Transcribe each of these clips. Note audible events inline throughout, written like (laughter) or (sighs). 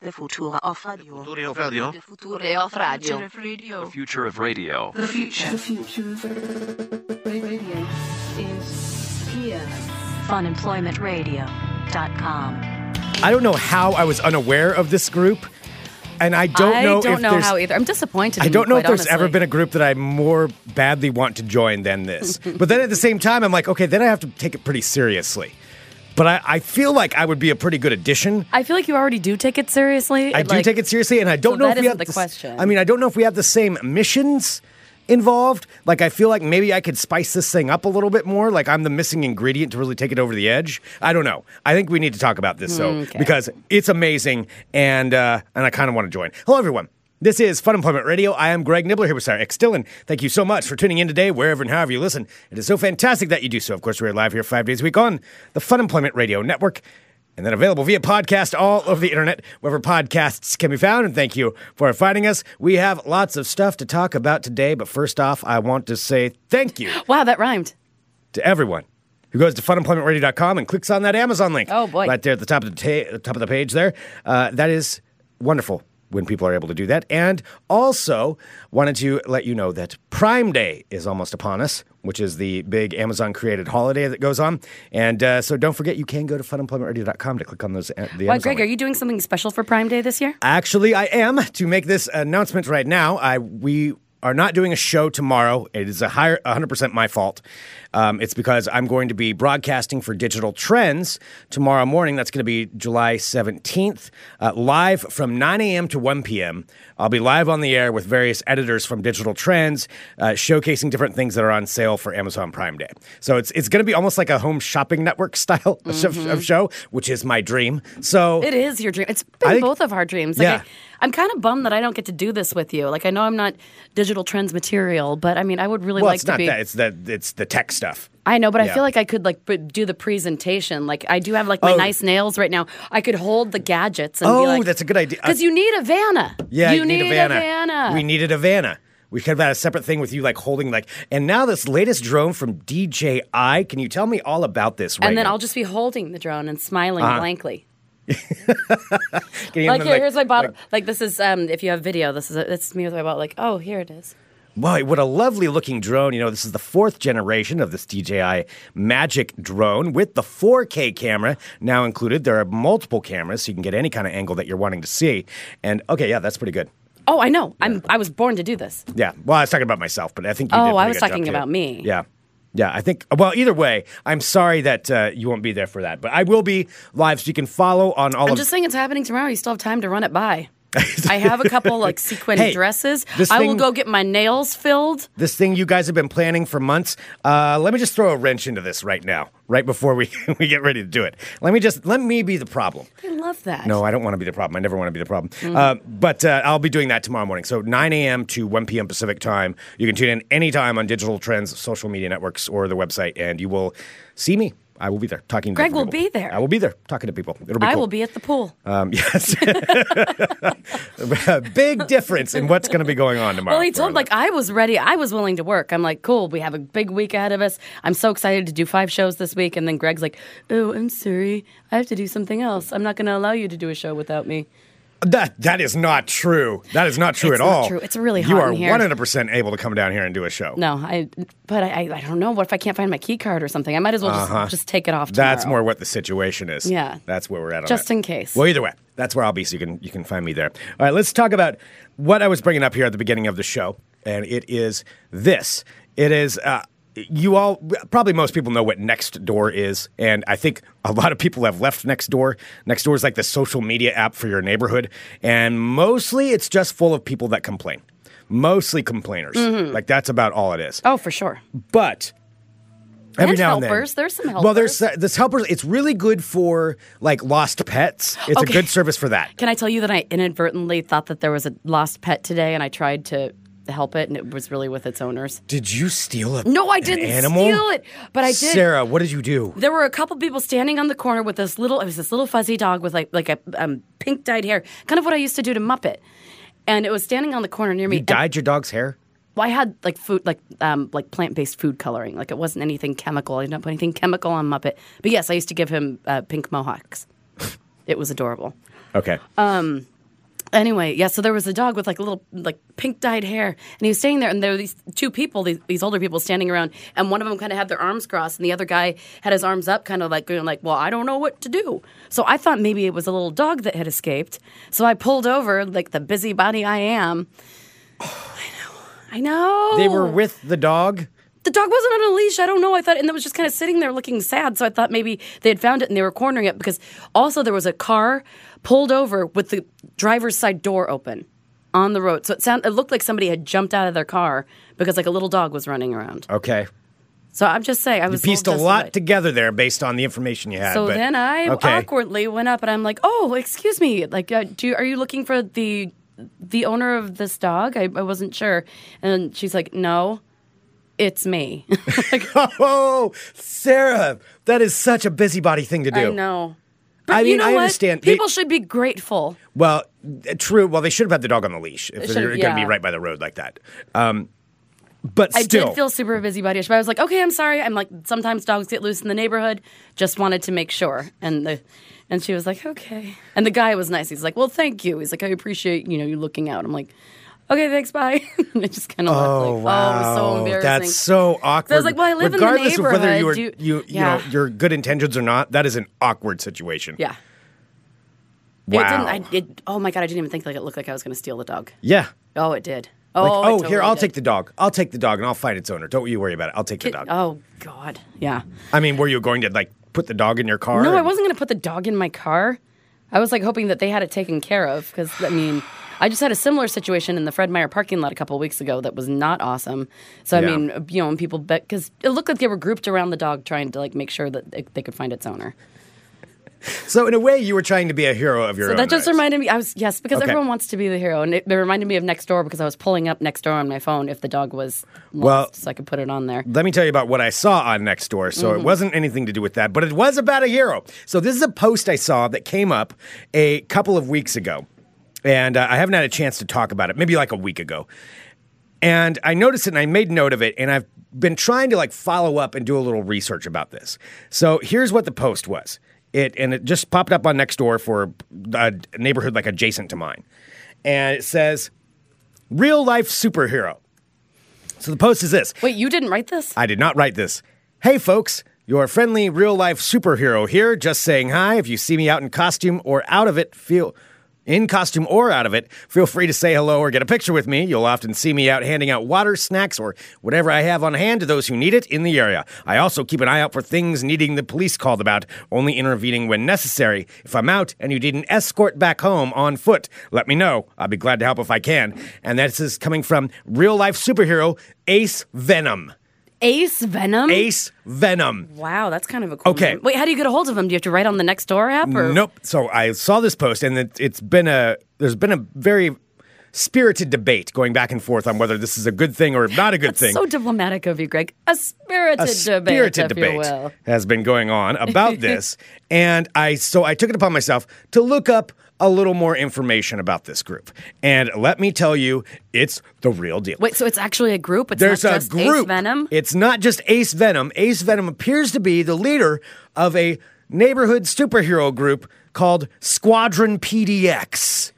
The future of radio. Future of radio. The future of radio. The future of radio. The future. The future of radio is here. Funemploymentradio.com. I don't know how I was unaware of this group, and I don't I know don't if know there's. how either. I'm disappointed. I in don't you, know if quite there's ever honestly. been a group that I more badly want to join than (laughs) this. but then at the same time, I'm like, okay, then I have to take it pretty seriously. But I, I feel like I would be a pretty good addition. I feel like you already do take it seriously. I do like, take it seriously, and I don't So know that if we isn't have the s- question. I mean, I don't know if we have the same missions involved. Like, I feel like maybe I could spice this thing up a little bit more. Like, I'm the missing ingredient to really take it over the edge. I don't know. I think we need to talk about this Mm, though, because it's amazing, and uh, and I kind of want to join. Hello, everyone. This is Fun Employment Radio. I am Greg Nibbler here with Sarah X. Dillon. Thank you so much for tuning in today, wherever and however you listen. It is so fantastic that you do so. Of course, we're live here five days a week on the Fun Employment Radio Network and then available via podcast all over the internet, wherever podcasts can be found. And thank you for finding us. We have lots of stuff to talk about today, but first off, I want to say thank you Wow, that rhymed. to everyone who goes to funemploymentradio.com and clicks on that Amazon link. Oh, boy. Right there at the top of the ta- top of the page there. Uh, that is wonderful when people are able to do that. And also wanted to let you know that Prime Day is almost upon us, which is the big Amazon created holiday that goes on. And uh, so don't forget you can go to funemploymentradio.com to click on those uh, the Why, Amazon Greg, link. are you doing something special for Prime Day this year? Actually, I am to make this announcement right now. I we are not doing a show tomorrow. It is a higher 100% my fault. Um, it's because I'm going to be broadcasting for Digital Trends tomorrow morning. That's going to be July 17th, uh, live from 9 a.m. to 1 p.m. I'll be live on the air with various editors from Digital Trends, uh, showcasing different things that are on sale for Amazon Prime Day. So it's it's going to be almost like a home shopping network (laughs) style of, of show, which is my dream. So It is your dream. It's been I think- both of our dreams. Like, Yeah. I, am kind of bummed that I don't get to do this with you. Like, I know I'm not digital trends material, but I mean, I would really well, like it's to not be. that. It's the it's the tech stuff. I know, but Yeah. I feel like I could like pr- do the presentation. Like, I do have like my Oh. nice nails right now. I could hold the gadgets. and Oh, be like, that's a good idea. Because you need a Vanna. Yeah, you need, Vanna. Vanna. We needed a Vanna. We could have had a separate thing with you, like holding like. And now this latest drone from DJI. Can you tell me all about this? Right and then now? Uh-huh. I'll just be holding the drone and smiling blankly. Can you Like, even, here, here's my bottle. like, Like, this is um, if you have video, this is a, this is me with my bottle. Like, oh, here it is. Boy, what a lovely looking drone. You know, this is the fourth generation of this DJI Magic drone with the 4K camera now included. There are multiple cameras, so you can get any kind of angle that you're wanting to see. And okay, yeah, that's pretty good. Oh, I know. I'm I was born to do this. Yeah. Well, I was talking about myself, but I think you did Oh, a pretty I was good job, talking too. about me. Yeah. Yeah, I think. Well, either way, I'm sorry that uh, you won't be there for that, but I will be live, so you can follow on all I'm of. just saying it's happening tomorrow. You still have time to run it by. I have a couple (laughs) like sequin Hey, dresses. this I will thing- go get my nails filled. this thing you guys have been planning for months. Uh, let me just throw a wrench into this right now, right before we (laughs) we get ready to do it. Let me just let me be the problem. I love that. No, I don't want to be the problem. I never want to be the problem. Mm-hmm. Uh, but uh, I'll be doing that tomorrow morning. So 9 a.m. to 1 p.m. Pacific time. You can tune in anytime on digital trends, social media networks, or the website, and you will see me. I will be there talking. to Greg different will people. be there. I will be there talking to people. It'll be. I cool. will be at the pool. Um, yes. A (laughs) Big difference in what's going to be going on tomorrow. well, he told We're like I was ready. I was willing to work. I'm like, cool. We have a big week ahead of us. I'm so excited to do five shows this week. And then Greg's like, oh, I'm sorry. I have to do something else. I'm not going to allow you to do a show without me. That that is not true. That is not true It's at not all. true. It's really You hot are in here. 100% able to come down here and do a show. No, I. But I, I, I don't know. What if I can't find my key card or something? I might as well just, just take it off. Tomorrow. Uh-huh. That's more what the situation is. Yeah. That's where we're at. On Just that. in case. Well, either way, that's where I'll be. So you can you can find me there. All right, let's talk about what I was bringing up here at the beginning of the show, and it is this. It is. Uh, you all probably most people know what next door is and i think a lot of people have left next door next door is like the social media app for your neighborhood and mostly it's just full of people that complain mostly complainers Mm-hmm. like that's about all it is Oh, for sure. but every And now helpers. and then There's some Well, there's uh, helpers. this helpers. It's really good for like lost pets. It's Okay. a good service for that. Can I tell you that I inadvertently thought that there was a lost pet today, and I tried to help it, and it was really with its owners. Did you steal a No, I an didn't animal? steal it, but I did. Sarah, what did you do? There were a couple people standing on the corner with this little. It was this little fuzzy dog with like like a um, pink dyed hair, kind of what I used to do to Muppet. And it was standing on the corner near me. You and- dyed your dog's hair. Well, I had like food, like um, like plant based food coloring. Like it wasn't anything chemical. I didn't put anything chemical on Muppet. But yes, I used to give him uh, pink mohawks. it was adorable. Okay. Anyway, yeah, so there was a dog with like a little like pink dyed hair, and he was standing there, and there were these two people, these, these older people standing around, and one of them kind of had their arms crossed, and the other guy had his arms up, kind of like going like, "Well, I don't know what to do." So I thought maybe it was a little dog that had escaped, so I pulled over, like the busybody I am. (sighs) I know, I know. they were with the dog. the dog wasn't on a leash. I don't know. I thought, and it was just kind of sitting there looking sad. So I thought maybe they had found it and they were cornering it because also there was a car pulled over with the driver's side door open on the road. So it sound it looked like somebody had jumped out of their car because like a little dog was running around. Okay. So I'm just saying, I was Pieced a little lot desolate. together there based on the information you had. So but- then I okay. awkwardly went up and I'm like, "Oh, excuse me. Like, uh, do you, are you looking for the the owner of this dog? I, I wasn't sure." And she's like, "No, it's me." (laughs) (laughs) Oh, Sarah, that is such a busybody thing to do. I know. But I you mean, know I what? understand. They- People should be grateful. Well, true. Well, they should have had the dog on the leash if should they're have, going to be yeah. right by the road like that. Um, but still, I did feel super busybody-ish, but I was like, okay, I'm sorry. I'm like, sometimes dogs get loose in the neighborhood. Just wanted to make sure. And the and she was like, okay. And the guy was nice. He's like, well, thank you. He's like, I appreciate you know you looking out. I'm like, okay, thanks, bye. (laughs) and I just kind of oh like, wow, oh, so embarrassing. that's so awkward. like, well, I live in the regardless of whether neighborhood, you were do you you- you, Yeah. know your good intentions or not. That is an awkward situation. yeah. Wow. It didn't, I, it, oh my god, I didn't even think like it looked like I was going to steal the dog. Yeah. Oh, it did. Oh, Like, it oh, here, totally I'll did. take the dog. I'll take the dog and I'll find its owner. Don't you worry about it. I'll take the dog. Oh god, yeah. I mean, were you going to like put the dog in your car? No, I and- wasn't going to put the dog in my car. I was like hoping that they had it taken care of because I mean, I just had a similar situation in the Fred Meyer parking lot a couple weeks ago that was not awesome. So I Yeah. mean, you know, when people because it looked like they were grouped around the dog trying to like make sure that they, they could find its owner. So in a way, you were trying to be a hero of your So own. that just eyes. reminded me. I was yes, because Okay. everyone wants to be the hero, and it, it reminded me of Next Door because I was pulling up Next Door on my phone if the dog was lost, Well- so I could put it on there. Let me tell you about what I saw on Next Door. So it wasn't anything to do with that, but it was about a hero. So this is a post I saw that came up a couple of weeks ago, and uh, I haven't had a chance to talk about it. Maybe like a week ago, and I noticed it and I made note of it, and I've been trying to like follow up and do a little research about this. So here's what the post was. It and it just popped up on Next Door for a neighborhood like adjacent to mine, and it says, "Real life superhero." So the post is this. Wait, you didn't write this? I did not write this. Hey, folks, your friendly real life superhero here, just saying hi. If you see me out in costume or out of it, feel. In costume or out of it, feel free to say hello or get a picture with me. You'll often see me out handing out water, snacks, or whatever I have on hand to those who need it in the area. I also keep an eye out for things needing the police called about, only intervening when necessary. If I'm out and you need an escort back home on foot, let me know. I'll be glad to help if I can. And this is coming from real life superhero Ace Venom. Ace Venom. Ace Venom. Wow, that's kind of a cool. Okay. name. Wait, how do you get a hold of him? Do you have to write on the Next Door app or? Nope. So I saw this post, and it, it's been a there's been a very spirited debate going back and forth on whether this is a good thing or not a good thing. So diplomatic of you, Greg. A spirited, a spirited debate, if you will. has been going on (laughs) about this, and I so I took it upon myself to look up a little more information about this group, and let me tell you, it's the real deal. Wait, so it's actually a group? It's There's not a just Ace group. Venom? It's not just Ace Venom. Ace Venom appears to be the leader of a neighborhood superhero group called Squadron PDX,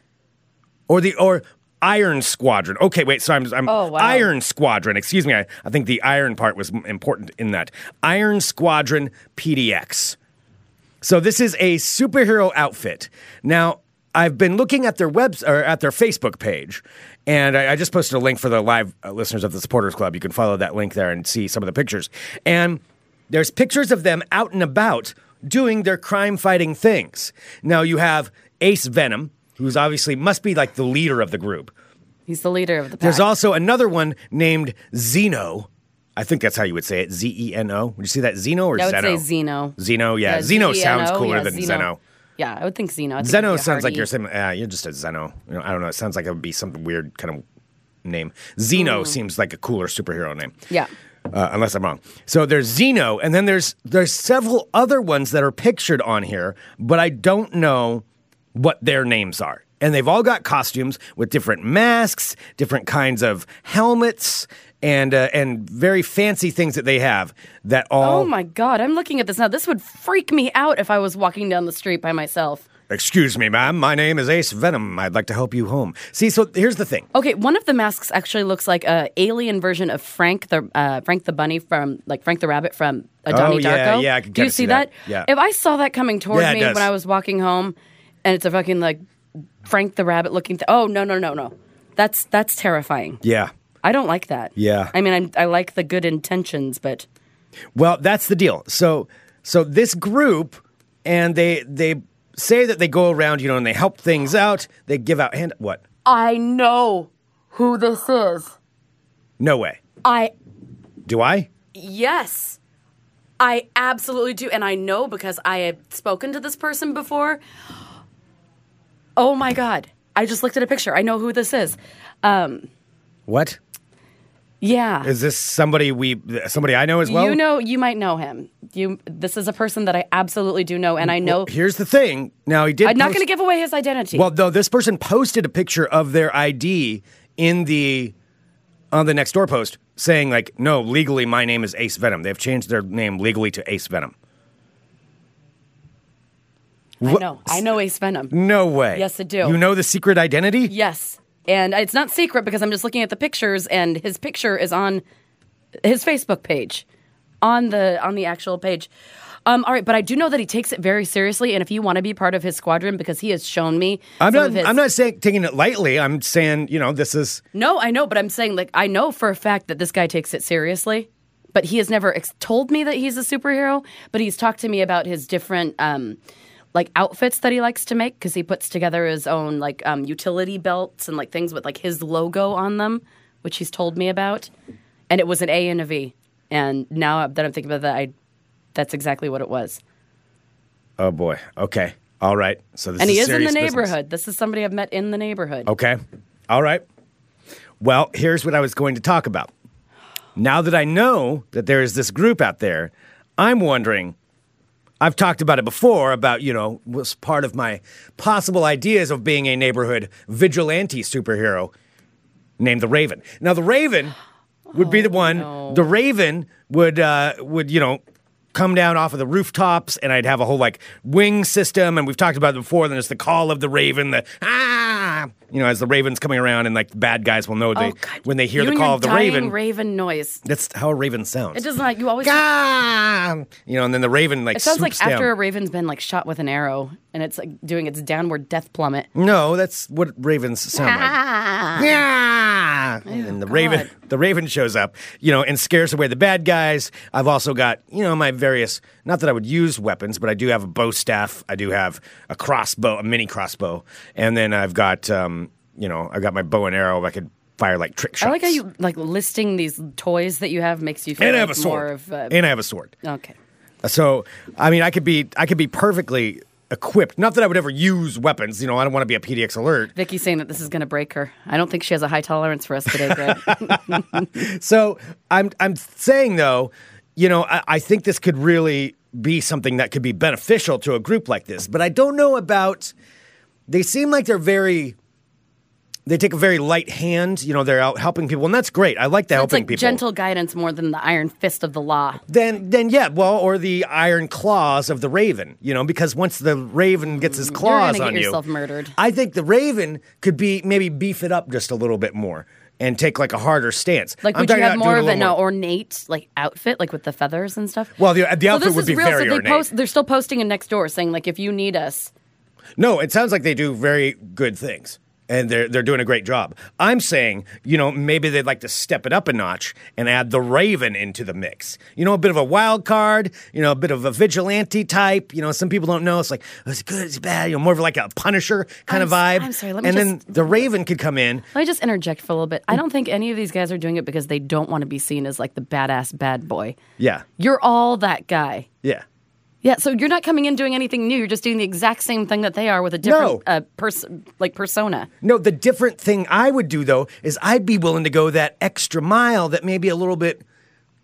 or the or Iron Squadron. Okay, wait. So I'm, I'm Oh, wow. Iron Squadron. Excuse me. I, I think the Iron part was m- important in that Iron Squadron PDX. So this is a superhero outfit. Now, I've been looking at their webs or at their Facebook page, and I, I just posted a link for the live uh, listeners of the Supporters Club. You can follow that link there and see some of the pictures. And there's pictures of them out and about doing their crime-fighting things. Now you have Ace Venom, who's obviously must be like the leader of the group. He's the leader of the pack. There's also another one named Zeno. I think that's how you would say it. Z E N O. Would you see that Zeno or I would Zeno? say Zeno. Zeno, yeah. Zeno sounds Zeno, cooler yeah, than Zeno. Zeno. Yeah, I would think Zeno. I think it'd Zeno be a sounds like hardy- you're saying, uh, you're just a Zeno. You know, I don't know. It sounds like it would be some weird kind of name. Zeno seems like a cooler superhero name. Mm. Yeah. Uh, unless I'm wrong. So there's Zeno, and then there's there's several other ones that are pictured on here, but I don't know what their names are. And they've all got costumes with different masks, different kinds of helmets, and uh, and very fancy things that they have that all Oh my God, I'm looking at this now. This would freak me out if I was walking down the street by myself. Excuse me, ma'am. My name is Ace Venom. I'd like to help you home. See, so here's the thing. Okay, one of the masks actually looks like a alien version of Frank the uh, Frank the Bunny from like Frank the Rabbit from uh, Donnie Oh, yeah, Darko. yeah, I can Do you kinda see see that? that. Yeah. If I saw that coming toward Yeah, it me does. when I was walking home, and it's a fucking like Frank the Rabbit looking. Th- oh no no no no, that's that's terrifying. Yeah. I don't like that. Yeah. I mean, I'm, I like the good intentions, but Well, that's the deal. So, so this group, and they they say that they go around, you know, and they help things out. They give out hand. What? I know who this is. No way. I Do I? Yes. I absolutely do. And I know because I have spoken to this person before. Oh my God. I just looked at a picture. I know who this is. Um, What? yeah. Is this somebody we somebody I know as well? you know, you might know him. You, this is a person that I absolutely do know, and I know. Here's the thing. Now he did. I'm not post- going to give away his identity. Well, though this person posted a picture of their ID in the on the next door post saying like, "No, legally my name is Ace Venom. They've changed their name legally to Ace Venom." I know. I know Ace Venom. No way. Yes, I do. You know the secret identity? Yes, and it's not secret because I'm just looking at the pictures, and his picture is on his Facebook page, on the on the actual page. Um, all right, but I do know that he takes it very seriously, and if you want to be part of his squadron, because he has shown me, I'm some not. of his- I'm not saying taking it lightly. I'm saying you know this is No, I know, but I'm saying like I know for a fact that this guy takes it seriously, but he has never ex- told me that he's a superhero. But he's talked to me about his different um, like outfits that he likes to make because he puts together his own like um, utility belts and like things with like his logo on them, which he's told me about. And it was an A and a V. And now that I'm thinking about that, I that's exactly what it was. oh boy. Okay. All right. So this And is he is in the serious business. neighborhood. This is somebody I've met in the neighborhood. Okay. All right. Well, here's what I was going to talk about. Now that I know that there is this group out there, I'm wondering. I've talked about it before about, you know, was part of my possible ideas of being a neighborhood vigilante superhero named the Raven. Now, the Raven would Oh, be the one. The Raven would uh, would you know come down off of the rooftops, and I'd have a whole like wing system. And we've talked about it before. Then it's the call of the Raven. The ah, you know, as the Raven's coming around, and like the bad guys will know they Oh, God. when they hear You the and call your of the dying Raven. Raven noise. that's how a Raven sounds. It does not. You always Gah! You know, and then the Raven like It sounds like swoops down. after a raven's been like shot with an arrow and it's like doing its downward death plummet. No, that's what ravens (laughs) sound like. Yeah. and the raven Oh, God. the raven shows up, you know, and scares away the bad guys. I've also got, you know, my various not that I would use weapons, but I do have a bow staff, I do have a crossbow, a mini crossbow, and then I've got um, you know, I've got my bow and arrow I could fire like trick shots. I like how you like listing these toys that you have makes you feel and I like have a more sword. of uh, and I have a sword. okay. So, I mean, I could be I could be perfectly equipped. Not that I would ever use weapons, you know, I don't want to be a PDX alert. Vicky's saying that this is going to break her. I don't think she has a high tolerance for us today, (laughs) Greg. So I'm I'm saying though, you know, I, I think this could really be something that could be beneficial to a group like this. But I don't know about. They seem like they're very. They take a very light hand. You know, they're out helping people, and that's great. I like the it's helping like people. gentle guidance more than the iron fist of the law. Then, then yeah, well, or the iron claws of the raven. You know, because once the raven gets his You're claws going to on get you, yourself murdered. I think the raven could be maybe beef it up just a little bit more and take like a harder stance. Like, I'm would you talking have about doing more a of little an uh, ornate like outfit, like with the feathers and stuff? Well, the- the So outfit this would is be real, very so they ornate. post, They're still posting in next door saying like, if you need us, No, it sounds like they do very good things. And they're they're doing a great job. I'm saying, you know, maybe they'd like to step it up a notch and add the Raven into the mix. You know, a bit of a wild card, you know, a bit of a vigilante type. You know, some people don't know. It's like, oh, it's good, it's bad, you know, more of like a punisher kind of I'm vibe. s- I'm sorry, let me and then just- the Raven could come in. Let me just interject for a little bit. Mm. I don't think any of these guys are doing it because they don't want to be seen as like the badass bad boy. Yeah. You're all that guy. Yeah. Yeah, so you're not coming in doing anything new. You're just doing the exact same thing that they are with a different No. uh, person, like persona. No, the different thing I would do though is I'd be willing to go that extra mile that may be a little bit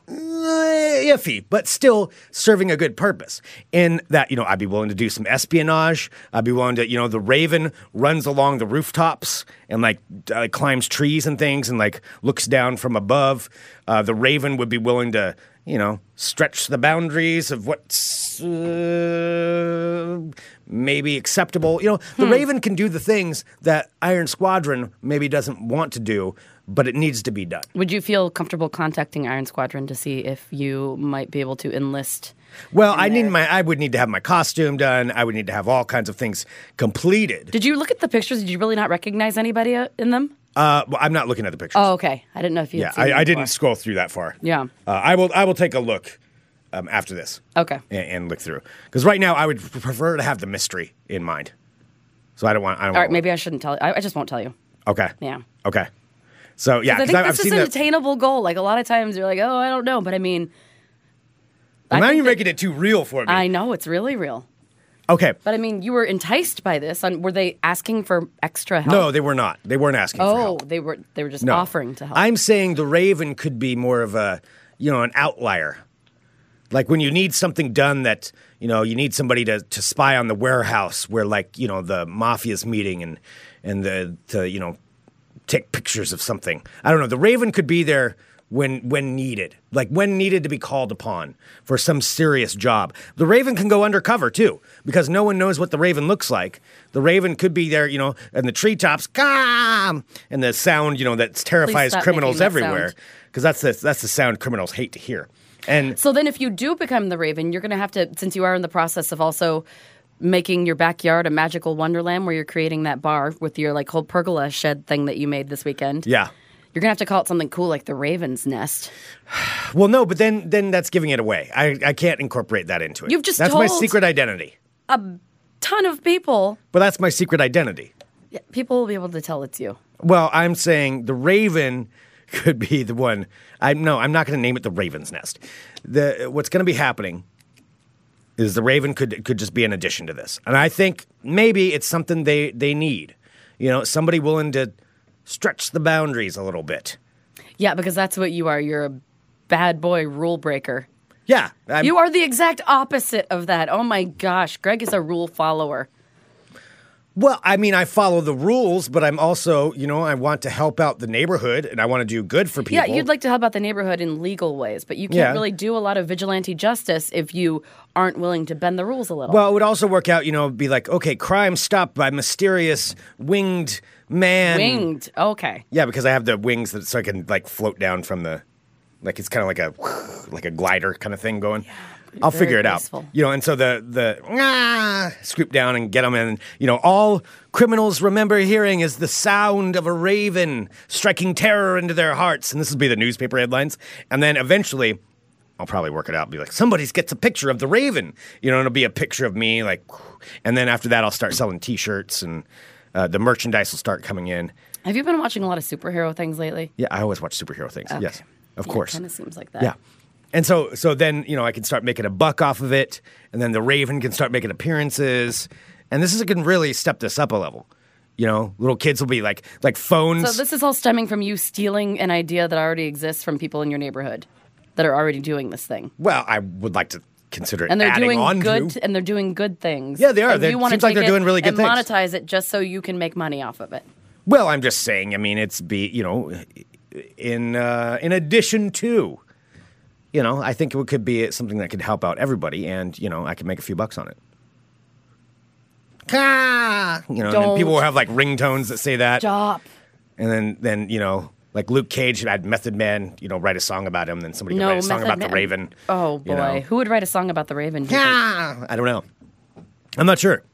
uh, Eh, iffy, but still serving a good purpose. In that, you know, I'd be willing to do some espionage. I'd be willing to, you know, the Raven runs along the rooftops and like uh, climbs trees and things and like looks down from above. Uh, the Raven would be willing to. you know, stretch the boundaries of what's uh, maybe acceptable. You know, the Raven can do the things that Iron Squadron maybe doesn't want to do, but it needs to be done. Would you feel comfortable contacting Iron Squadron to see if you might be able to enlist? Well, I need my I would need to have my costume done. I would need to have all kinds of things completed. Did you look at the pictures? Did you really not recognize anybody uh, in them? Uh, well, I'm not looking at the pictures. Oh, okay. I didn't know if you. yeah, had seen I, them I didn't before. scroll through that far. Yeah. uh, I will. I will take a look um, after this. Okay. and, and look through. Because right now, I would p- prefer to have the mystery in mind. So I don't want. I don't All want. right. Maybe I shouldn't tell you. I, I just won't tell you. Okay. Yeah. Okay. So yeah, 'Cause I 'cause think I've, I've that's seen just an that. attainable goal. Like a lot of times you're like, oh, I don't know, but I mean, Well, I now think you're that- making it too real for me. I know it's really real. okay. But I mean, you were enticed by this. And were they asking for extra help? No, they were not. They weren't asking for Oh, help. they were. They were just No. offering to help. I'm saying the Raven could be more of a, you know, an outlier. Like when you need something done that, you know, you need somebody to, to spy on the warehouse where like, you know, the mafia's meeting and and the to, you know, take pictures of something. I don't know. The Raven could be there when when needed. Like when needed to be called upon for some serious job. The Raven can go undercover too, because no one knows what the Raven looks like. The Raven could be there, you know, in the treetops, "Caw!" and the sound, you know, that's terrifies stop criminals making that everywhere. sound. Because that's the that's the sound criminals hate to hear. And So then, if you do become the Raven, you're going to have to, since you are in the process of also making your backyard a magical wonderland where you're creating that bar with your like whole pergola shed thing that you made this weekend. yeah. You're gonna have to call it something cool like the Raven's Nest. Well no, but then then that's giving it away. I, I can't incorporate that into it. You've just That's my told- secret identity. Ton of people, But that's my secret identity. people will be able to tell it's you. Well, I'm saying the Raven (laughs) could be the one. I no, I'm not going to name it the Raven's Nest. The what's going to be happening is the Raven could could just be an addition to this, and I think maybe it's something they they need. You know, somebody willing to stretch the boundaries a little bit. Yeah, because that's what you are. You're a bad boy rule breaker. Yeah, I'm, You are the exact opposite of that. Oh my gosh, Greg is a rule follower. Well, I mean, I follow the rules, but I'm also, you know, I want to help out the neighborhood and I want to do good for people. Yeah, you'd like to help out the neighborhood in legal ways, but you can't Yeah. really do a lot of vigilante justice if you aren't willing to bend the rules a little. Well, it would also work out, you know, be like, okay, crime stopped by mysterious winged man. winged. Okay. Yeah, because I have the wings that so I can like float down from the like it's kind of like a like a glider kind of thing going. I'll very figure it out. graceful. You know, and so the the ah, scoop down and get them in. You know, all criminals remember hearing is the sound of a raven striking terror into their hearts, and this would be the newspaper headlines. And then eventually, I'll probably work it out. And be like, somebody gets a picture of the raven. You know, and it'll be a picture of me. Like, and then after that, I'll start selling T-shirts and uh, the merchandise will start coming in. Have you been watching a lot of superhero things lately? Yeah, I always watch superhero things. Yes, of course. Kind of seems like that. yeah, and so so then you know I can start making a buck off of it, and then the Raven can start making appearances, and this is can really step this up a level. You know, little kids will be like like phones. So this is all stemming from you stealing an idea that already exists from people in your neighborhood that are already doing this thing. well, I would like to consider it And they're adding on doing good to. and they're doing good things. Yeah, they are. And They- you wanna seems like take they're it doing really good and things. monetize it just so you can make money off of it. Well, I'm just saying. I mean, it's be you know, in uh, in addition to, you know, I think it could be something that could help out everybody, and you know, I could make a few bucks on it. Ah! You know, and then Don't. people will have like ringtones that say that, Stop. and then then you know, like Luke Cage had Method Man, you know, write a song about him, then somebody could No, write a song Method about the Man- Raven. Oh boy. you know. Who would write a song about the Raven? do you think? Ah! I don't know. I'm not sure.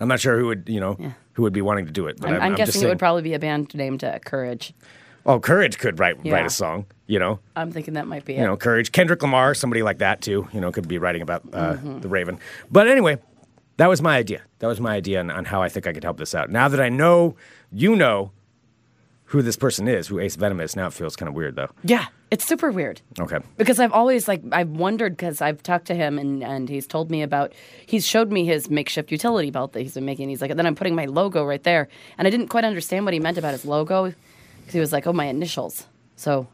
I'm not sure who would you know who would be wanting to do it. But I'm, I'm, I'm I'm just guessing it saying- would probably be a band named uh, Courage. Oh, Courage could write Yeah. write a song. You know, I'm thinking that might be you it. know, Courage, Kendrick Lamar, somebody like that too. You know, could be writing about uh, the Raven. But anyway, that was my idea. That was my idea on, on how I think I could help this out. Now that I know, you know, who this person is, who Ace Venom is. Now it feels kind of weird though. Yeah, it's super weird. Okay. Because I've always like I've wondered because I've talked to him and and he's told me about he's showed me his makeshift utility belt that he's been making. He's like, and then I'm putting my logo right there, and I didn't quite understand what he meant about his logo because he was like, oh, my initials. So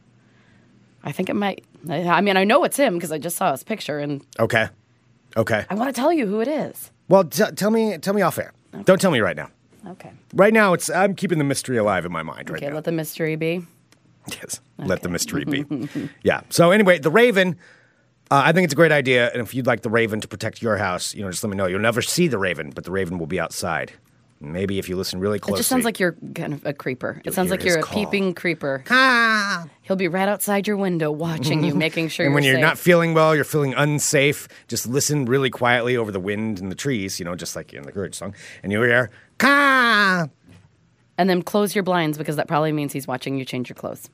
I think it might. I, I mean, I know it's him because I just saw his picture, and Okay. Okay. I want to tell you who it is. Well, t- tell me, tell me off air. Don't tell me right now. Okay. Right now, it's I'm keeping the mystery alive in my mind. Right Okay. now. Let the mystery be. (laughs) Yes. Let the mystery be. yeah. So anyway, the Raven Uh, I think it's a great idea, and if you'd like the Raven to protect your house, you know, just let me know. You'll never see the Raven, but the Raven will be outside. Maybe if you listen really It closely. just sounds like you're kind of a creeper. It hear sounds like you're a his call. peeping creeper. He'll be right outside your window watching (laughs) you, making sure And when you're you're safe. not feeling well, you're feeling unsafe, just listen really quietly over the wind and the trees, you know, just like in the Courage song, and you'll hear "Caw." and then close your blinds because that probably means he's watching you change your clothes.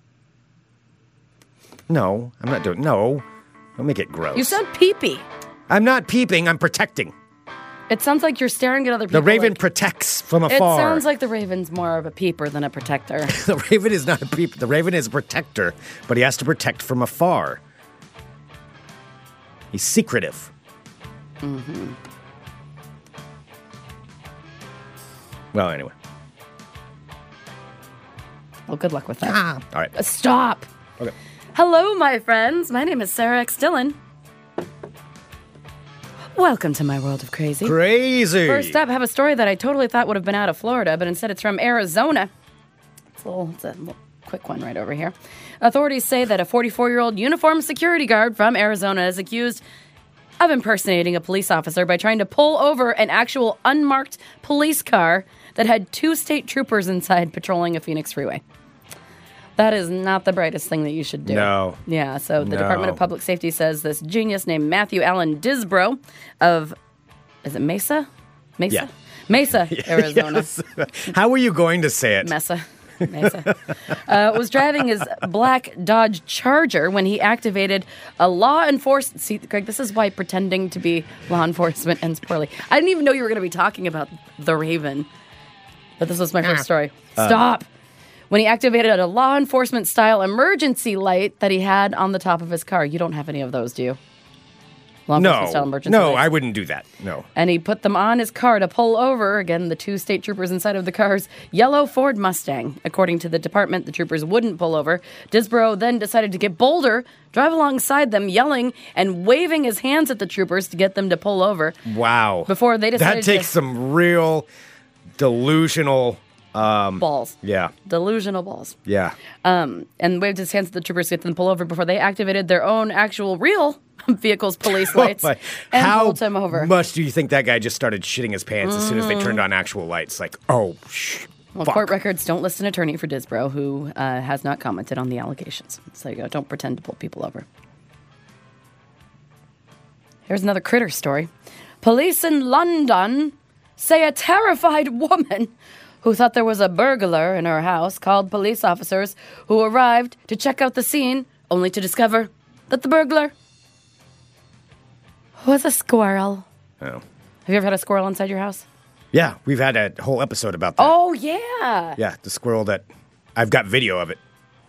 No, I'm not doing. No, don't make it gross. You sound peepy. I'm not peeping. I'm protecting. It sounds like you're staring at other people. The raven like- protects from It afar. sounds like the raven's more of a peeper than a (laughs) protector. the raven is not a peep. The raven is a protector, but he has to protect from afar. He's secretive. Mm-hmm. Well, anyway. well, good luck with that. Uh, All right. Stop. Okay. Hello, my friends. My name is Sarah X. Dillon. Welcome to my world of crazy. Crazy. First up, I have a story that I totally thought would have been out of Florida, but instead it's from Arizona. It's a little, it's a little quick one right over here. Authorities say that a 44 year old uniformed security guard from Arizona is accused of impersonating a police officer by trying to pull over an actual unmarked police car that had two state troopers inside patrolling a Phoenix freeway. That is not the brightest thing that you should do. No. Yeah, so the No. Department of Public Safety says this genius named Matthew Allen Disbro of is it Mesa? (laughs) Mesa? Yeah. Mesa, Arizona. (laughs) How were you going to say it? Mesa. Mesa. uh, was driving his black Dodge Charger when he activated a law enforcement. See, Greg, this is why pretending to be law enforcement ends poorly. I didn't even know you were going to be talking about the Raven, but this was my first story. Uh. Stop. when he activated a law enforcement style emergency light that he had on the top of his car. You don't have any of those, do you? Law enforcement style No. emergency No, lights I wouldn't do that. No. and he put them on his car to pull over again the two state troopers inside of the car's yellow Ford Mustang. According to the department, the troopers wouldn't pull over. Disbro then decided to get bolder, drive alongside them, yelling and waving his hands at the troopers to get them to pull over. Wow. Before they decided That takes to- some real delusional. Balls. Mm. Yeah. Delusional balls. Yeah. Um, and waved his hands at the troopers to get them to pull over before they activated their own actual real (laughs) vehicle's police (laughs) lights Oh my- and How pulled him over. Mm-hmm. much do you think that guy just started shitting his pants as soon as they turned on actual lights? Like, oh, sh- Well, fuck. court records don't list an attorney for Disbro who uh, has not commented on the allegations. So you go. Don't pretend to pull people over. Here's another critter story. Police in London say a terrified woman who thought there was a burglar in her house called police officers who arrived to check out the scene only to discover that the burglar was a squirrel. Oh. Have you ever had a squirrel inside your house? Yeah, we've had a whole episode about that. Oh, yeah. Yeah, the squirrel that I've got video of it.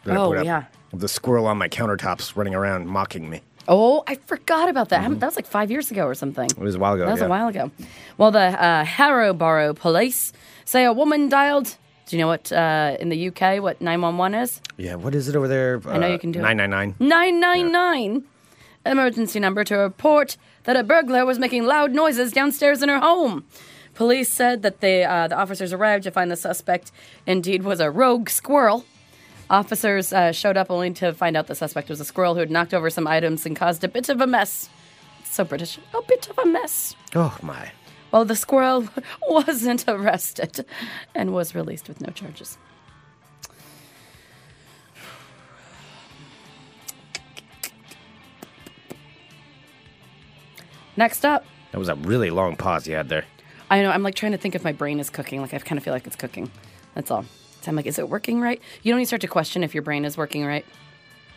that I Oh, put up. yeah. Of The squirrel on my countertops running around mocking me. Oh, I forgot about that. I haven't- That was like five years ago or something. Mm-hmm. It was a while ago. That was yeah. a while ago. Well, the uh, Harrowborough police say a woman dialed. Do you know what uh, in the UK what 911 is? Yeah, what is it over there? Uh, I know you can do it. Mm. 999. 999 emergency number to report that a burglar was making loud noises downstairs in her home. Police said that they, uh, the officers arrived to find the suspect indeed was a rogue squirrel. Officers uh, showed up only to find out the suspect was a squirrel who had knocked over some items and caused a bit of a mess. So British, a bit of a mess. Oh, my. Well, the squirrel (laughs) wasn't arrested and was released with no charges. Next up, That was a really long pause you had there. I know I'm like trying to think if my brain is cooking. Like I kind of feel like it's cooking. That's all. So I'm like, is it working right? You don't even start to question if your brain is working right.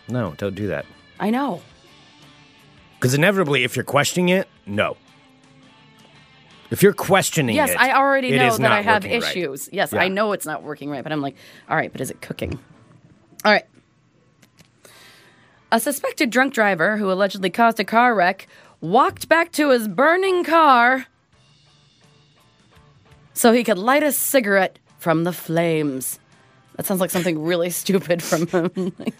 No, don't do that. I know. Because inevitably, if you're questioning it, no. If you're questioning Yes, it, I already it know is that I not have working right. issues. Yes, Yeah. I know it's not working right, but I'm like, all right, but is it cooking? All right. A suspected drunk driver who allegedly caused a car wreck walked back to his burning car so he could light a cigarette from the flames. That sounds like something really (laughs) stupid from him. (laughs)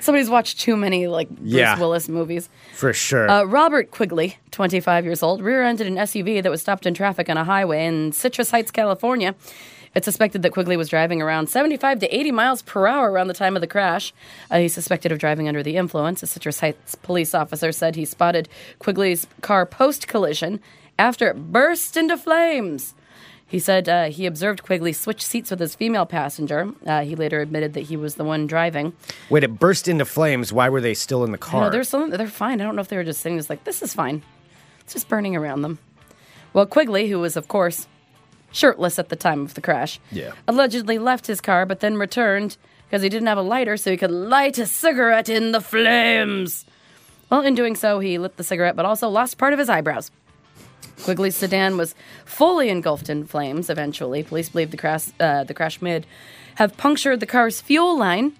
Somebody's watched too many like Bruce Yeah. Willis movies. For sure. Uh, Robert Quigley, 25 years old, rear ended an SUV that was stopped in traffic on a highway in Citrus Heights, California. It's suspected that Quigley was driving around 75 to 80 miles per hour around the time of the crash. Uh, he's suspected of driving under the influence. A Citrus Heights police officer said he spotted Quigley's car post collision after it burst into flames. He said uh, he observed Quigley switch seats with his female passenger. Uh, he later admitted that he was the one driving. Wait, it burst into flames. Why were they still in the car? No, they're still, they're fine. I don't know if they were just sitting just like this is fine. It's just burning around them. Well, Quigley, who was of course shirtless at the time of the crash, Yeah. allegedly left his car but then returned because he didn't have a lighter, so he could light a cigarette in the flames. Well, in doing so, he lit the cigarette but also lost part of his eyebrows. Quigley's sedan was fully engulfed in flames eventually. Police believe the crash, uh, the crash mid have punctured the car's fuel line.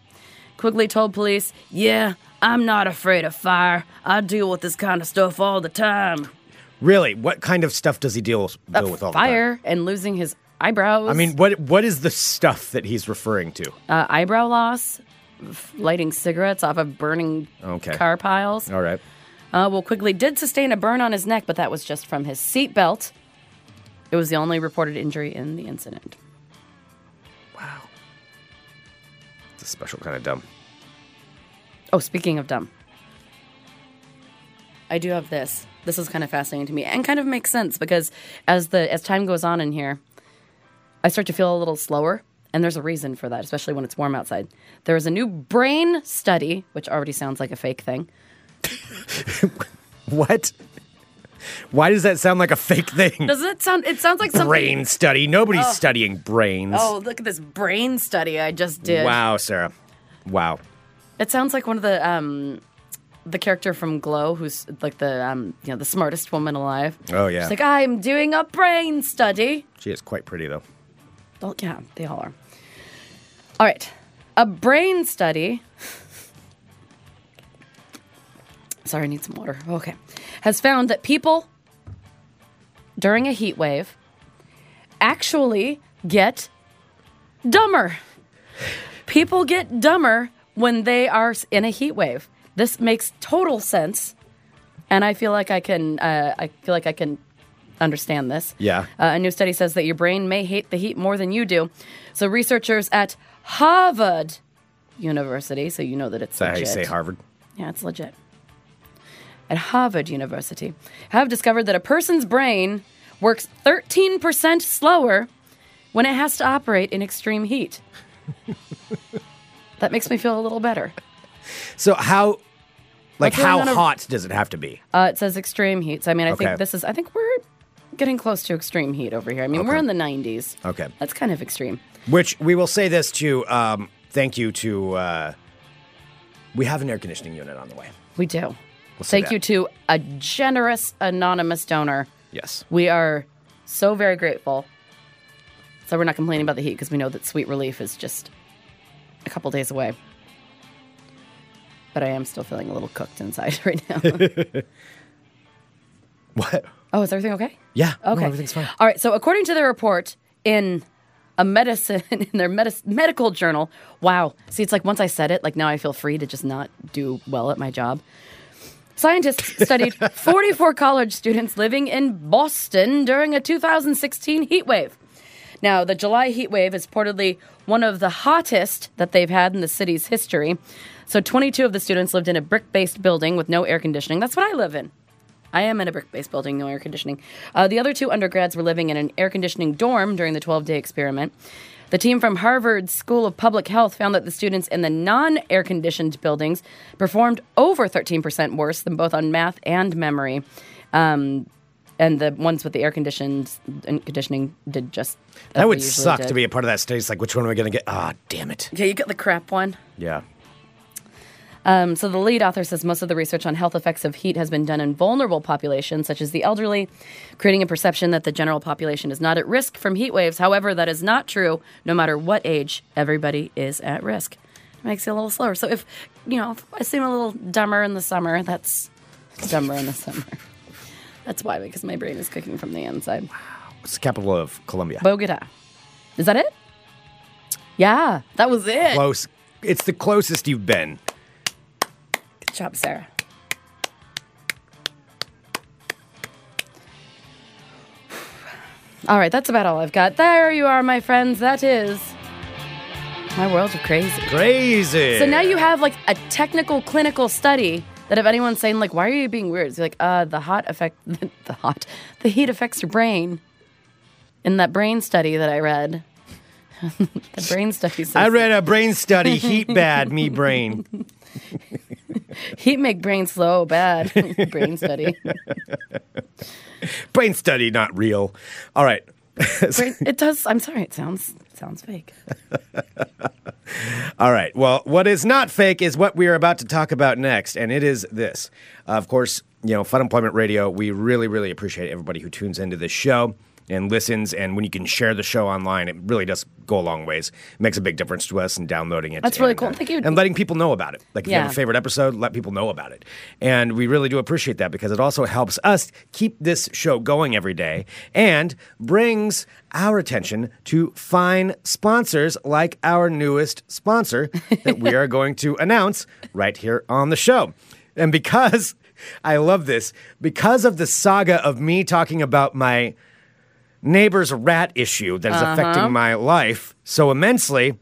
Quigley told police, Yeah, I'm not afraid of fire. I deal with this kind of stuff all the time. really, what kind of stuff does he deal, deal with all fire and losing his eyebrows. the time? I mean, what what is the stuff that he's referring to? uh, eyebrow loss, f- lighting cigarettes off of burning Okay. car piles. all right. Uh, well, Quigley did sustain a burn on his neck, but that was just from his seatbelt. It was the only reported injury in the incident. It's a special kind of dumb. Oh, speaking of dumb, I do have this. This is kind of fascinating to me and kind of makes sense because as the as time goes on in here, I start to feel a little slower, and there's a reason for that, especially when it's warm outside. There is a new brain study, which already sounds like a fake thing. What? Why does that sound like a fake thing? Doesn't it sound? It sounds like something. Brain study. Nobody's studying brains. Oh, look at this brain study I just did. wow, Sarah. Wow. It sounds like one of the um the character from Glow who's like the um you know the smartest woman alive. Oh, yeah. She's like, I'm doing a brain study. She is quite pretty though. Well, yeah, they all are. All right. A brain study. Sorry, I need some water. Okay. Has found that people during a heat wave actually get dumber. People get dumber when they are s- in a heat wave. This makes total sense. And I feel like I can uh, I feel like I can understand this. Yeah. Uh, a new study says that your brain may hate the heat more than you do. So researchers at Harvard University, so you know that it's Is that how you legit. say Harvard? Yeah, it's legit. At Harvard University, have discovered that a person's brain works 13% slower when it has to operate in extreme heat. that makes me feel a little better. So how like What's going how on a- hot does it have to be? Uh, it says extreme heat. So, I mean, I Okay. think this is, I think we're getting close to extreme heat over here. I mean, we're in the 90s. Okay. That's kind of extreme. Which we will say this to um, thank you to uh, we have an air conditioning unit on the way. We do. say Thank that. you to a generous anonymous donor. Yes. We are so very grateful. So we're not complaining about the heat because we know that sweet relief is just a couple days away. But I am still feeling a little cooked inside (laughs) right now. What? oh, is everything okay? Yeah. no, Okay. everything's fine. All right. So, according to their report in a medicine (laughs) in their medis medical journal, wow. See, it's like once I said it, like now I feel free to just not do well at my job. (laughs) Scientists studied 44 college students living in Boston during a 2016 heat wave. Now, the July heat wave is reportedly one of the hottest that they've had in the city's history. So, 22 of the students lived in a brick based building with no air conditioning. That's what I live in. I am in a brick based building, no air conditioning. Uh, the other two undergrads were living in an air conditioning dorm during the 12 day experiment. The team from Harvard School of Public Health found that the students in the non air conditioned buildings performed over 13% worse than both on math and memory. Um, and the ones with the air conditioned and conditioning did just. That would suck to be a part of that study. It's like which one am I gonna get? Ah, damn it. Yeah, you got the crap one. Yeah. Um, so the lead author says most of the research on health effects of heat has been done in vulnerable populations, such as the elderly, creating a perception that the general population is not at risk from heat waves. However, that is not true. No matter what age, everybody is at risk. It makes you a little slower. So if you know, if I seem a little dumber in the summer. That's dumber in the summer. That's why, because my brain is cooking from the inside. It's the capital of Colombia. Bogota, is that it? Yeah, that was it. Close. It's the closest you've been. Good job, Sarah. All right, that's about all I've got. There you are, my friends. That is my world of crazy. Crazy. So now you have like a technical clinical study that if anyone's saying like, "Why are you being weird?" It's like, "Uh, the hot affect (laughs) the hot, the heat affects your brain." In that brain study that I read, (laughs) the brain study says I read a brain study. Heat bad, me (laughs) brain. heat make brain slow bad. (laughs) brain study. Brain study, not real. All right. Brain- it does. I'm sorry. It sounds sounds fake. All right. Well, what is not fake is what we are about to talk about next, and it is this. Uh, Of course, you know, Fun Employment Radio, we really, really appreciate everybody who tunes into this show and listens. And when you can share the show online, it really does go a long ways. makes a big difference to us and downloading it. That's really and, uh, cool. Thank you. And letting people know about it. Like if you have Yeah. a favorite episode, let people know about it. And we really do appreciate that because it also helps us keep this show going every day and brings our attention to fine sponsors like our newest sponsor that we are going to announce right here on the show. And because I love this, because of the saga of me talking about my neighbor's rat issue that is Uh-huh. affecting my life so immensely,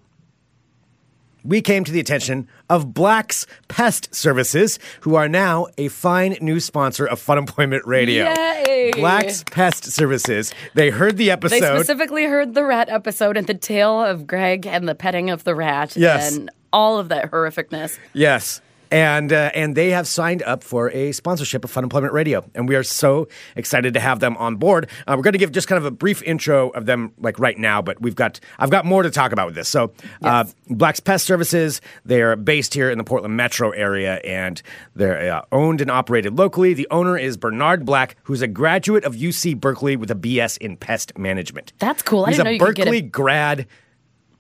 we came to the attention of Black's Pest Services, who are now a fine new sponsor of Fun Employment Radio. Yay! Black's Pest Services. They heard the They episode. specifically heard the rat episode and the tale of Greg and the petting of the rat. Yes. And all of that horrificness. Yes. And uh, and they have signed up for a sponsorship of Fun Employment Radio, and we are so excited to have them on board. Uh, we're going to give just kind of a brief intro of them, like right now, but we've got I've got more to talk about with this. So, uh, Black's Pest Services they are based here in the Portland metro area, and they're uh, owned and operated locally. The owner is Bernard Black, who's a graduate of UC Berkeley with a BS in pest management. That's cool. I He's didn't know a you could get Berkeley a grad.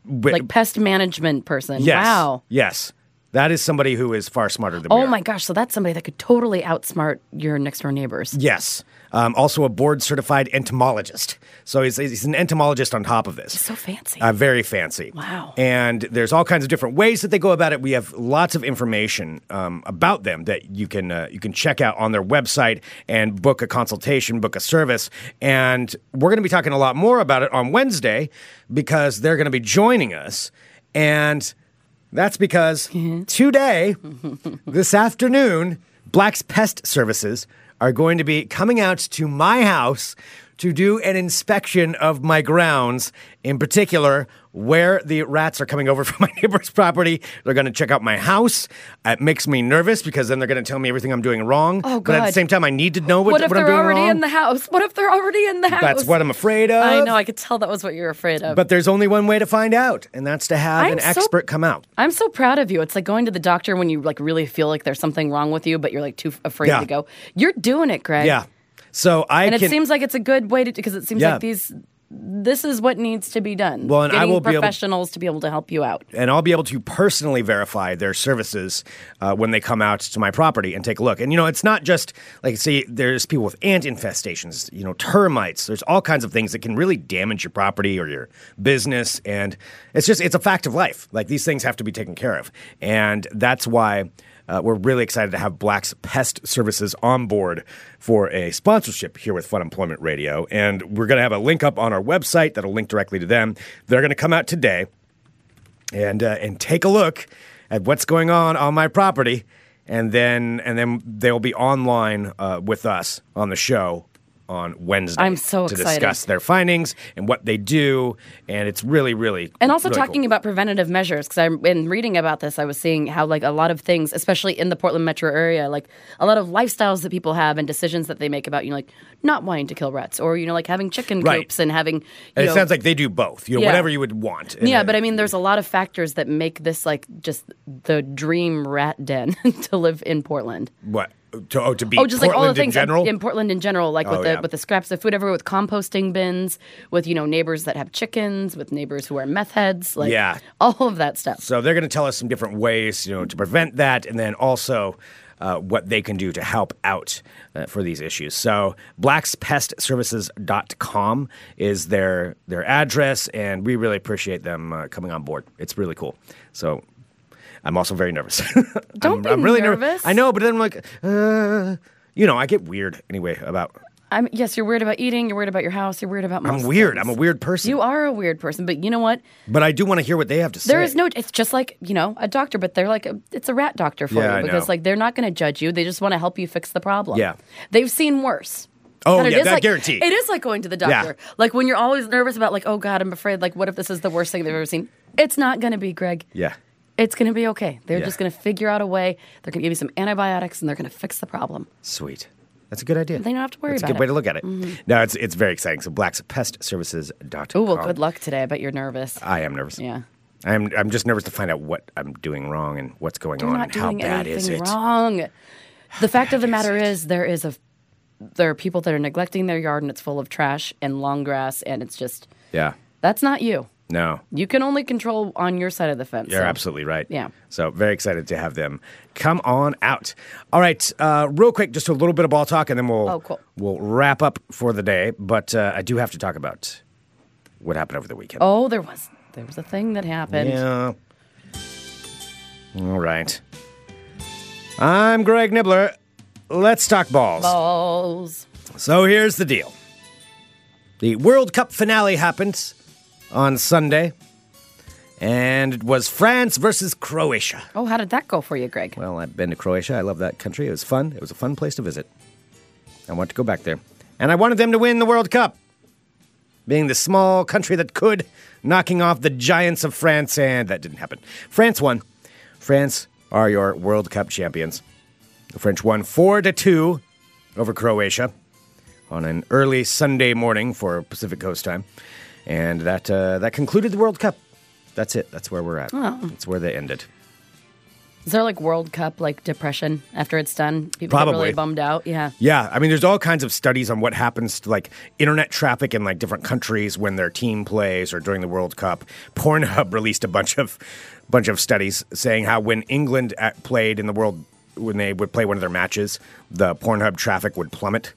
wi- like pest management person. yes, Wow. yes. That is somebody who is far smarter than we Oh are. my gosh. So that's somebody that could totally outsmart your next door neighbors. Yes. Um, also a board certified entomologist. So he's, he's an entomologist on top of this. So fancy. Uh, very fancy. Wow. And there's all kinds of different ways that they go about it. We have lots of information um, about them that you can uh, you can check out on their website and book a consultation, book a service. And we're going to be talking a lot more about it on Wednesday because they're going to be joining us. And that's because Mm-hmm. today, this afternoon, Black's Pest Services are going to be coming out to my house to do an inspection of my grounds, in particular, where the rats are coming over (laughs) from my neighbor's property. They're going to check out my house. It makes me nervous because then they're going to tell me everything I'm doing wrong. Oh, But at the God. same time, I need to know what, what if what I'm they're doing already wrong. in the house? What if they're already in the house? That's what I'm afraid of. I know. I could tell that was what you were afraid of. but there's only one way to find out, and that's to have I'm an so- expert come out. I'm so proud of you. It's like going to the doctor when you like really feel like there's something wrong with you, but you're like too f- afraid Yeah. to go. You're doing it, Greg. Yeah. So I and it can. seems like it's a good way to because it seems Yeah. like these this is what needs to be done. Well, and I Getting will be able- professionals to be able to help you out. and I'll be able to personally verify their services uh, when they come out to my property and take a look. And you know, it's not just like see, there's people with ant infestations, you know, termites. There's all kinds of things that can really damage your property or your business, and it's just it's a fact of life. Like these things have to be taken care of, and that's why. Uh, we're really excited to have Black's Pest Services on board for a sponsorship here with Fun Employment Radio. And we're going to have a link up on our website that'll link directly to them. They're going to come out today and uh, and take a look at what's going on on my property, and then and then they'll be online uh, with us on the show on Wednesday. I'm so to excited. discuss their findings and what they do, and it's really really And also really talking cool. about preventative measures because I'm in reading about this, I was seeing how like a lot of things, especially in the Portland metro area, like a lot of lifestyles that people have and decisions that they make about you know like not wanting to kill rats or you know like having chicken Right. coops and having. You And know, it sounds like they do both. You know, Yeah. whatever you would want. And Yeah, then- but I mean, there's a lot of factors that make this like just the dream rat den (laughs) to live in Portland. what to oh to be Oh, just like all the Portland things in general. in Portland in general, like Oh, with the yeah. with the scraps of food everywhere, with composting bins, with you know neighbors that have chickens, with neighbors who are meth heads, like Yeah. all of that stuff. So they're going to tell us some different ways, you know, to prevent that, and then also uh, what they can do to help out uh, for these issues. So blackspestservices.com is their their address, and we really appreciate them uh, coming on board. It's really cool. So. I'm also very nervous. (laughs) Don't I'm, be I'm really nervous. I know, but then I'm like, uh, you know, I get weird anyway about I'm yes, you're weird about eating, you're weird about your house, you're weird about I'm most weird. things. I'm a weird person. You are a weird person, but you know what? But I do want to hear what they have to say. There is no. It's just like you know a doctor, but they're like a, it's a rat doctor for Yeah, I you because know. like they're not going to judge you. They just want to help you fix the problem. Yeah. they've seen worse. Oh, God, it yeah, is that like, guarantee. It is like going to the Yeah. doctor. Like when you're always nervous about like oh god, I'm afraid like what if this is the worst thing they've ever seen? It's not going to be, Greg. Yeah. It's going to be okay. They're Yeah. just going to figure out a way. They're going to give you some antibiotics and they're going to fix the problem. Sweet. That's a good idea. They don't have to worry That's about a good way it. Mm-hmm. to look at it. No, it's it's very exciting. So blackspestservices.com. Oh well, good luck today. I bet you're nervous. I am nervous. Yeah. I'm I'm just nervous to find out what I'm doing wrong and what's going You're on not and how doing bad is anything it. wrong. The fact of the matter it? is, there is a there are people that are neglecting their yard and it's full of trash and long grass and it's just Yeah. that's not you. No. You can only control on your side of the fence. You're so. absolutely right. Yeah. So very excited to have them come on out. All right, uh, real quick, just a little bit of ball talk, and then we'll Oh, cool. we'll wrap up for the day. But uh, I do have to talk about what happened over the weekend. Oh, there was there was a thing that happened. Yeah. All right. I'm Greg Nibbler. Let's talk balls. Balls. So here's the deal. The World Cup finale happened on Sunday, and it was France versus Croatia. Oh, how did that go for you, Greg? Well, I've been to Croatia. I love that country. It was fun. It was a fun place to visit. I want to go back there. And I wanted them to win the World Cup. Being the small country that could, knocking off the giants of France, and that didn't happen. France won. France are your World Cup champions. The French won 4 to 2 over Croatia on an early Sunday morning for Pacific Coast time. And that, uh, that concluded the World Cup. That's it. That's where we're at. That's where they ended. Is there like World Cup like depression after it's done? People get Probably. really bummed out. Yeah. Yeah, I mean, there's all kinds of studies on what happens to like internet traffic in like different countries when their team plays or during the World Cup. Pornhub (laughs) released a bunch of bunch of studies saying how when England at, played in the World when they would play one of their matches, the Pornhub traffic would plummet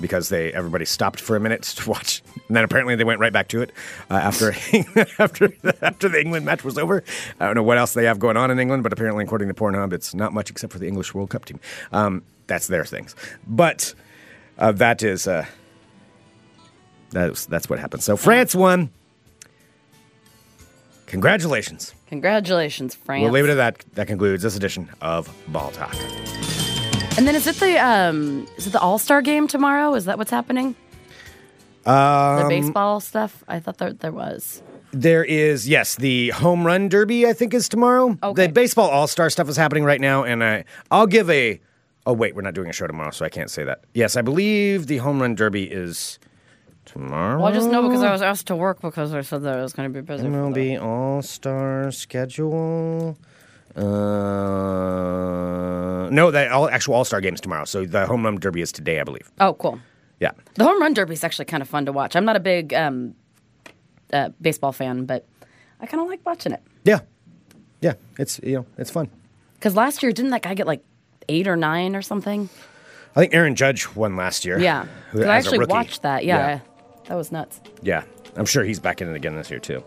because they everybody stopped for a minute to watch, and then apparently they went right back to it uh, after (laughs) after after the England match was over. I don't know what else they have going on in England, but apparently, according to Pornhub, it's not much except for the English World Cup team. Um, that's their things, but uh, that is uh, that's that's what happened. So France won. Congratulations. Congratulations, France. We'll leave it at that. That concludes this edition of Ball Talk. And then is it the um is it the All Star game tomorrow? Is that what's happening? Um, the baseball stuff. I thought there there was. There is yes, the home run derby I think is tomorrow. Okay. The baseball all star stuff is happening right now, and I I'll give a. Oh wait, we're not doing a show tomorrow, so I can't say that. Yes, I believe the home run derby is tomorrow. Well, I just know because I was Uh, asked to work because I said that I was going to be busy. for that. MLB All Star schedule. Uh, no, the all, actual All Star games tomorrow. So the home run derby is today, I believe. Oh, cool. Yeah. The home run derby is actually kind of fun to watch. I'm not a big um, uh, baseball fan, but I kind of like watching it Yeah. Yeah. It's you know it's fun. because last year didn't that guy get like eight or nine or something? I think Aaron Judge won last (laughs) year. Yeah, who- 'Cause I as a actually rookie. watched that. Yeah, that was nuts. Yeah, I'm sure he's back in it again this year too.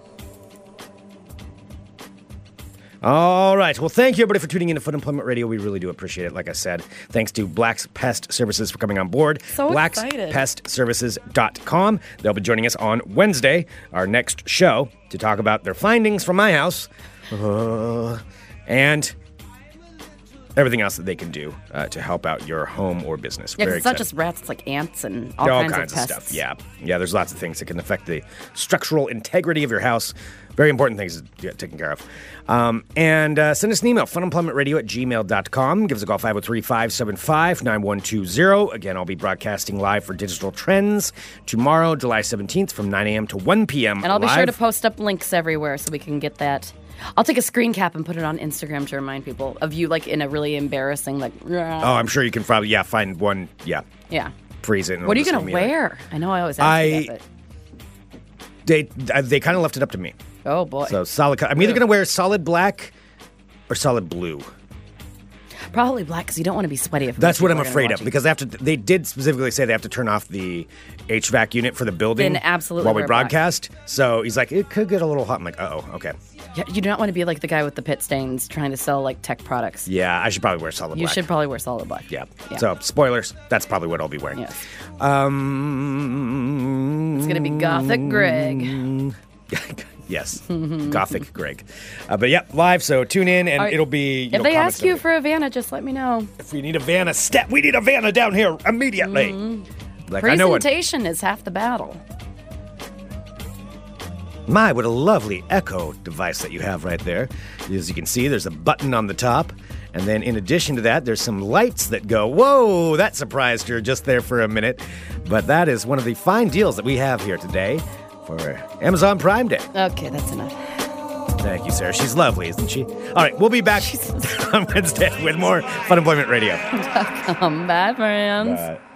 All right. Well, thank you everybody for tuning in to Foot Employment Radio. We really do appreciate it. Like I said, thanks to Black's Pest Services for coming on board. So excited. BlacksPestServices.com. They'll be joining us on Wednesday, our next show, to talk about their findings from my house uh, and everything else that they can do uh, to help out your home or business. Yeah, 'cause Very it's not excited. just rats; it's like ants and all, All kinds, kinds of, of, pests. stuff. Yeah, yeah. There's lots of things that can affect the structural integrity of your house. Very important things to get taken care of. Um, and uh, send us an email, funemploymentradio at gmail.com. Give us a call, 503-575-9120. Again, I'll be broadcasting live for Digital Trends tomorrow, July 17th from 9 a.m. to 1 p.m. And I'll be live. sure to post up links everywhere so we can get that. I'll take a screen cap and put it on Instagram to remind people of you, like in a really embarrassing, like. Oh, I'm sure you can probably, yeah, find one, yeah, yeah. freeze it. and What are you it'll gonna just hang there. wear? I know I always ask I- you that, They, uh, they kind of left it up to me. but oh boy. So solid, co- I'm either going to wear solid black or solid blue. Probably black because you don't want to be sweaty. If That's what I'm people are afraid gonna of watch you. because after they did specifically say they have to turn off the HVAC unit for the building Then absolutely while we wear black. broadcast. So he's like, it could get a little hot. I'm like, oh, okay, Yeah, you do not want to be like the guy with the pit stains trying to sell like tech products. yeah, I should probably wear solid You black. should probably wear solid black. yeah. So spoilers. That's probably what I'll be wearing. Yes. Um, It's gonna be gothic, Greg. (laughs) yes, Gothic Greg. Uh, but yeah, live. So tune in and right. it'll be. You If know, they comments ask you and- for a Vanna, just let me know. if we need a Vanna, step. We need a Vanna down here immediately. Mm-hmm. Like I know one. Presentation is half the battle. My, what a lovely echo device that you have right there. As you can see, there's a button on the top. And then, in addition to that, there's some lights that go, whoa, that surprised her just there for a minute. But that is one of the fine deals that we have here today for Amazon Prime Day. Okay, that's enough. Thank you, Sarah. She's lovely, isn't she? All right, we'll be (laughs) back on Wednesday with more Fun Employment Radio. Um, bye, friends. Bye.